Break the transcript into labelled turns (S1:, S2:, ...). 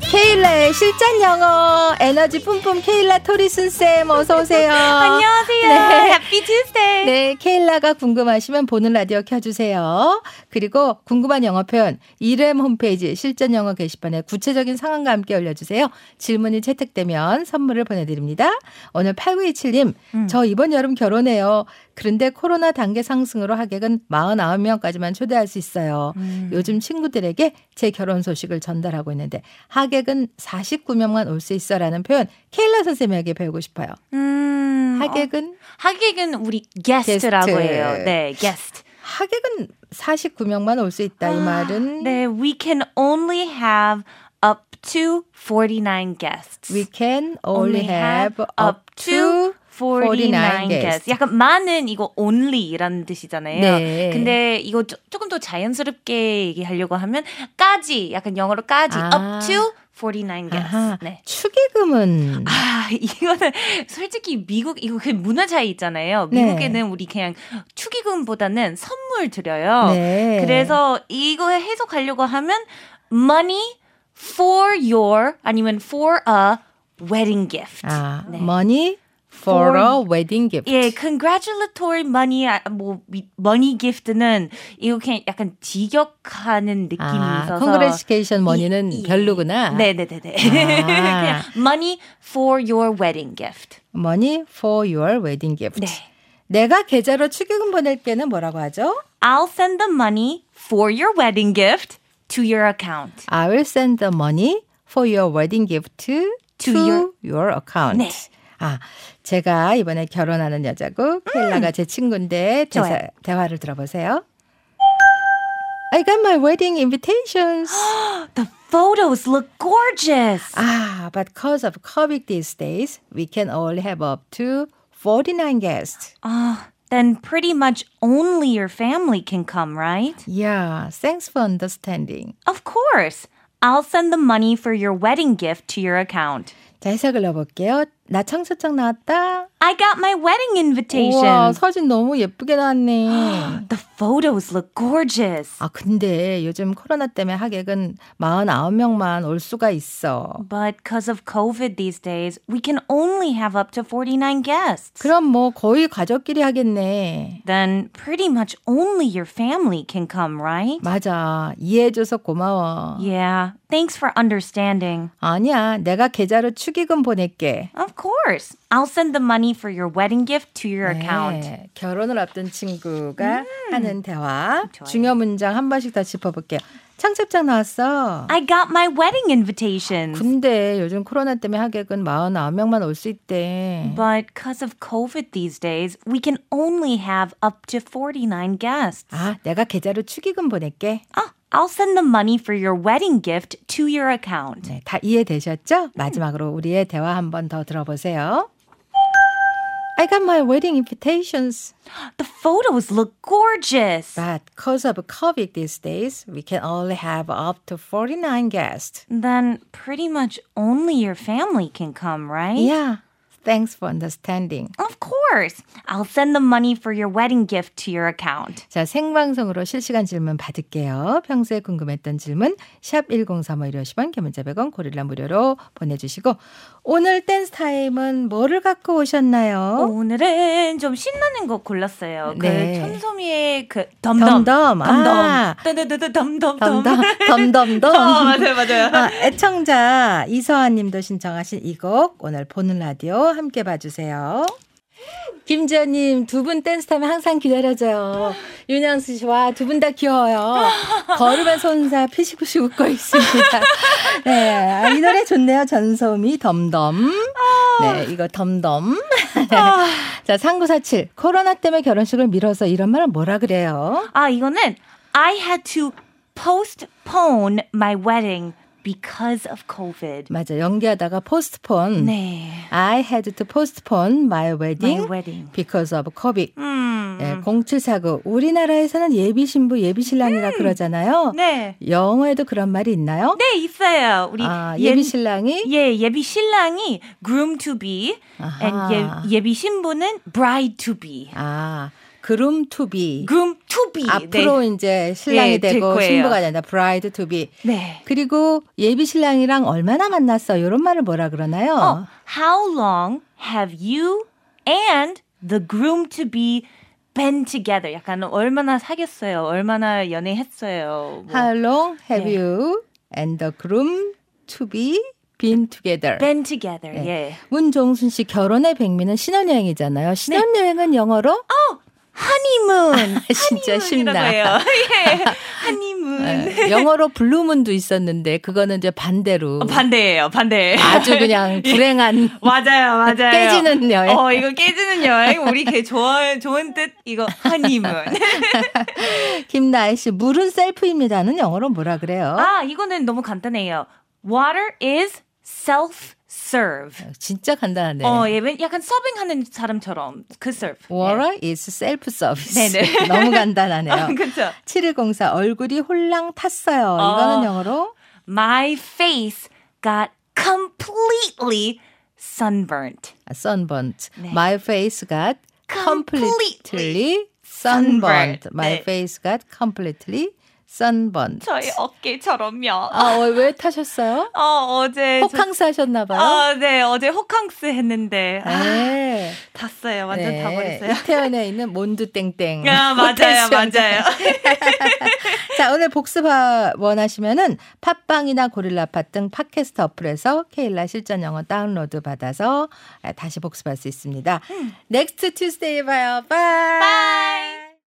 S1: 케일라의 실전 영어 에너지 뿜뿜 케일라 토리슨 쌤 어서 오세요.
S2: 안녕하세요.
S1: 네.
S2: 해피 투스데이.
S1: 네, 케일라가 궁금하시면 보는 라디오 켜주세요. 그리고 궁금한 영어 표현 이름 홈페이지 실전 영어 게시판에 구체적인 상황과 함께 올려주세요. 질문이 채택되면 선물을 보내드립니다. 오늘 8927님,
S2: 음.
S1: 저 이번 여름 결혼해요. 그런데 코로나 단계 상승으로 하객은 49명까지만 초대할 수 있어요.
S2: 음.
S1: 요즘 친구들에게 제 결혼 소식을 전달하고 있는데 하객은 49명만 올 수 있어라는 표현 케일라 선생님에게 배우고 싶어요.
S2: 음, 어,
S1: 하객은
S2: 하객은 우리 guest라고
S1: 게스트.
S2: 해요. 네, guest.
S1: 하객은 49명만 올 수 있다 이
S2: 아,
S1: 말은
S2: 네, we can only have up to 49 guests.
S1: we can only have up to 49 guests.
S2: 약간 많은 이거 only라는 뜻이잖아요.
S1: 네.
S2: 근데 이거 조, 조금 더 자연스럽게 얘기하려고 하면 까지 약간 영어로 까지
S1: 아.
S2: up to 49 guests.
S1: 아하.
S2: 네.
S1: 축의금은
S2: 아, 이거는 솔직히 미국 이거 그 문화 차이 있잖아요.
S1: 네.
S2: 미국에는 우리 그냥 축의금보다는 선물 드려요.
S1: 네.
S2: 어. 그래서 이거 해석하려고 하면 money for your 아니면 for a wedding gift.
S1: 아,
S2: 네.
S1: money for,
S2: For-
S1: a wedding gift.
S2: 예, congratulatory money 아, 뭐 미- money gift는 이거 그냥 약간 직역하는 느낌이
S1: 아,
S2: 있어서
S1: congratulation money는
S2: 이- 이-
S1: 별로구나.
S2: 네, 네, 네,
S1: 아.
S2: 네. 그냥 money for your wedding gift.
S1: money for your wedding gift.
S2: 네.
S1: 내가 계좌로 축의금 보낼 때는 뭐라고 하죠?
S2: I'll send the money for your wedding gift to your account.
S1: I will send the money for your wedding gift to,
S2: To your-
S1: your account.
S2: 네.
S1: 아, 제가 이번에 결혼하는 여자고 켈라가 제 친구인데 대사,
S2: 음. 좋아요.
S1: 대화를 들어보세요. I got my wedding invitations.
S2: The photos look gorgeous.
S1: 아, but because of COVID these days, we can only have up to 49 guests.
S2: Ah, then pretty much only your family can come, right?
S1: Yeah, thanks for understanding.
S2: Of course. I'll send the money for your wedding gift to your account.
S1: 자, 해석을 넣어볼게요. 나 청소장 나왔다.
S2: I got my wedding invitation.
S1: 우와, 사진 너무 예쁘게 나왔네.
S2: the photos look gorgeous.
S1: 아, 근데 요즘 코로나 때문에 하객은 49명만 올 수가 있어.
S2: But because of COVID these days, we can only have up to 49 guests.
S1: 그럼 뭐 거의 가족끼리 하겠네.
S2: Then pretty much only your family can come, right?
S1: 맞아. 이해해줘서 고마워.
S2: Yeah, thanks for understanding.
S1: 아니야. 내가 계좌로 축의금 보낼게.
S2: Of course. I'll send the money for your wedding gift to your account. 음.
S1: 네, 결혼을 앞둔 친구가 하는 대화.
S2: 좋아요.
S1: 중요 문장 한 번씩 더 짚어볼게요. 창첩장 나왔어.
S2: I got my wedding invitations.
S1: 음. 근데 요즘 코로나 때문에 하객은 49명만 올 수 있대.
S2: But because of COVID these days, we can only have up to 49 guests.
S1: 아, 내가 계좌로 축의금 보낼게.
S2: Ah, I'll send the money for your wedding gift to your account.
S1: 네, 다 이해되셨죠? 마지막으로 우리의 대화 한 번 더 들어보세요. I got my wedding invitations,
S2: The photos look gorgeous.
S1: but because of COVID these days, we can only have up to 49 guests.
S2: Then pretty much only your family can come, right?
S1: Yeah, thanks for understanding.
S2: Of course. I'll send the money for your wedding gift to your account.
S1: 자, 생방송으로 실시간 질문 받을게요. 평소에 궁금했던 질문 샵 1035 150원, 개문자 100원, 고릴라 무료로 보내주시고 오늘 댄스 타임은 뭐를 갖고
S2: Oh.
S1: 오셨나요?
S2: 오늘은 좀 신나는 거 골랐어요.
S1: 네.
S2: 그 천소미의 그 덤덤
S1: 덤덤. 아.
S2: 덤덤 덤덤 덤덤
S1: 덤덤,
S2: 덤덤
S1: 덤덤덤.
S2: 어, 맞아요, 맞아요.
S1: 아, 애청자 이서아 님도 신청하신 이 곡 오늘 보는 라디오 함께 봐주세요. 김지연님 두 분 댄스 타면 항상 기다려져요. 윤양수 씨와 두 분 다 귀여워요. 걸으면 손사 피식피식 웃고 있습니다. 네, 아, 이 노래 좋네요. 전소미 덤덤. 네, 이거 덤덤. 네. 자, 3947 코로나 때문에 결혼식을 미뤄서 이런 말은 뭐라 그래요?
S2: 아 이거는 I had to postpone my wedding because of COVID.
S1: 맞아, 연기하다가 포스트폰.
S2: 네.
S1: I had to postpone my wedding,
S2: My wedding.
S1: because of COVID.
S2: 음.
S1: 예, 0749. 우리나라에서는 예비 신부, 예비 신랑이라 그러잖아요.
S2: 네.
S1: 영어에도 그런 말이 있나요?
S2: 음. 네 있어요. 우리
S1: 아,
S2: 예-
S1: 예비 신랑이
S2: 예, 예비 신랑이 groom to be
S1: 아하.
S2: 예, and 예, 예비 신부는 bride to be.
S1: 아, 그룸 투비.
S2: groom to be.
S1: 앞으로 이제 신랑이
S2: 네. 예, 될
S1: 되고
S2: 거예요.
S1: 신부가 된다. 브라이드 투비.
S2: 네.
S1: 그리고 예비 신랑이랑 얼마나 만났어? 이런 말을 뭐라 그러나요?
S2: 네. 어, how long have you and the groom to be been together? 약간 얼마나 사귀었어요? 얼마나 연애했어요? 뭐.
S1: How long have
S2: 예.
S1: you and the groom to be been together?
S2: been together.
S1: 네.
S2: 예.
S1: 문종순 씨 결혼의 백미는
S2: 네.
S1: 신혼여행이잖아요. 신혼여행은 영어로
S2: honeymoon.
S1: 진짜 쉽나.
S2: honeymoon이라고 아, 해요. 네. 예. honeymoon.
S1: 어, 영어로 블루문도 있었는데 그거는 이제 반대로
S2: 어, 반대예요. 예. 반대.
S1: 아주 그냥 불행한
S2: 맞아요, 맞아요.
S1: 깨지는 여행.
S2: 어, 이거 깨지는 여행. 우리 걔 좋아, 좋은 뜻. 이거 honeymoon.
S1: 김나혜 씨 물은 셀프입니다는 영어로 뭐라 그래요?
S2: 아, 이거는 너무 간단해요. Water is self serve.
S1: 진짜 간단하네.
S2: 어, 예, 왠- 약간 서빙하는 사람처럼 그 serve.
S1: Water is self service.
S2: 네네.
S1: 너무
S2: 예.
S1: 간단하네요.
S2: 그렇죠.
S1: 7104 얼굴이 홀랑 탔어요. 이거는
S2: 어.
S1: 영어로
S2: My face got completely sunburnt.
S1: 아, sunburnt.
S2: 네.
S1: My face got completely
S2: Completely
S1: sunburnt.
S2: sunburnt.
S1: My
S2: 네.
S1: face got completely sunburnt.
S2: 저의 어깨처럼요.
S1: 아, 어, 왜 타셨어요?
S2: 어, 어제 저-
S1: 호캉스 하셨나 봐요.
S2: 아, 네. 어제 호캉스 했는데 아,
S1: 네.
S2: 탔어요. 완전 다 버렸어요.
S1: 이태원에 있는 몬드 땡땡.
S2: 아, 맞아요. 맞아요.
S1: 자, 오늘 복습 원하시면은 팟빵이나 고릴라팟 등 팟캐스트 어플에서 케일라 실전 영어 다운로드 아,
S2: 음.
S1: 받아서 다시 복습할 수 있습니다. 넥스트 투스데이 봐요. 바이.
S2: 바이.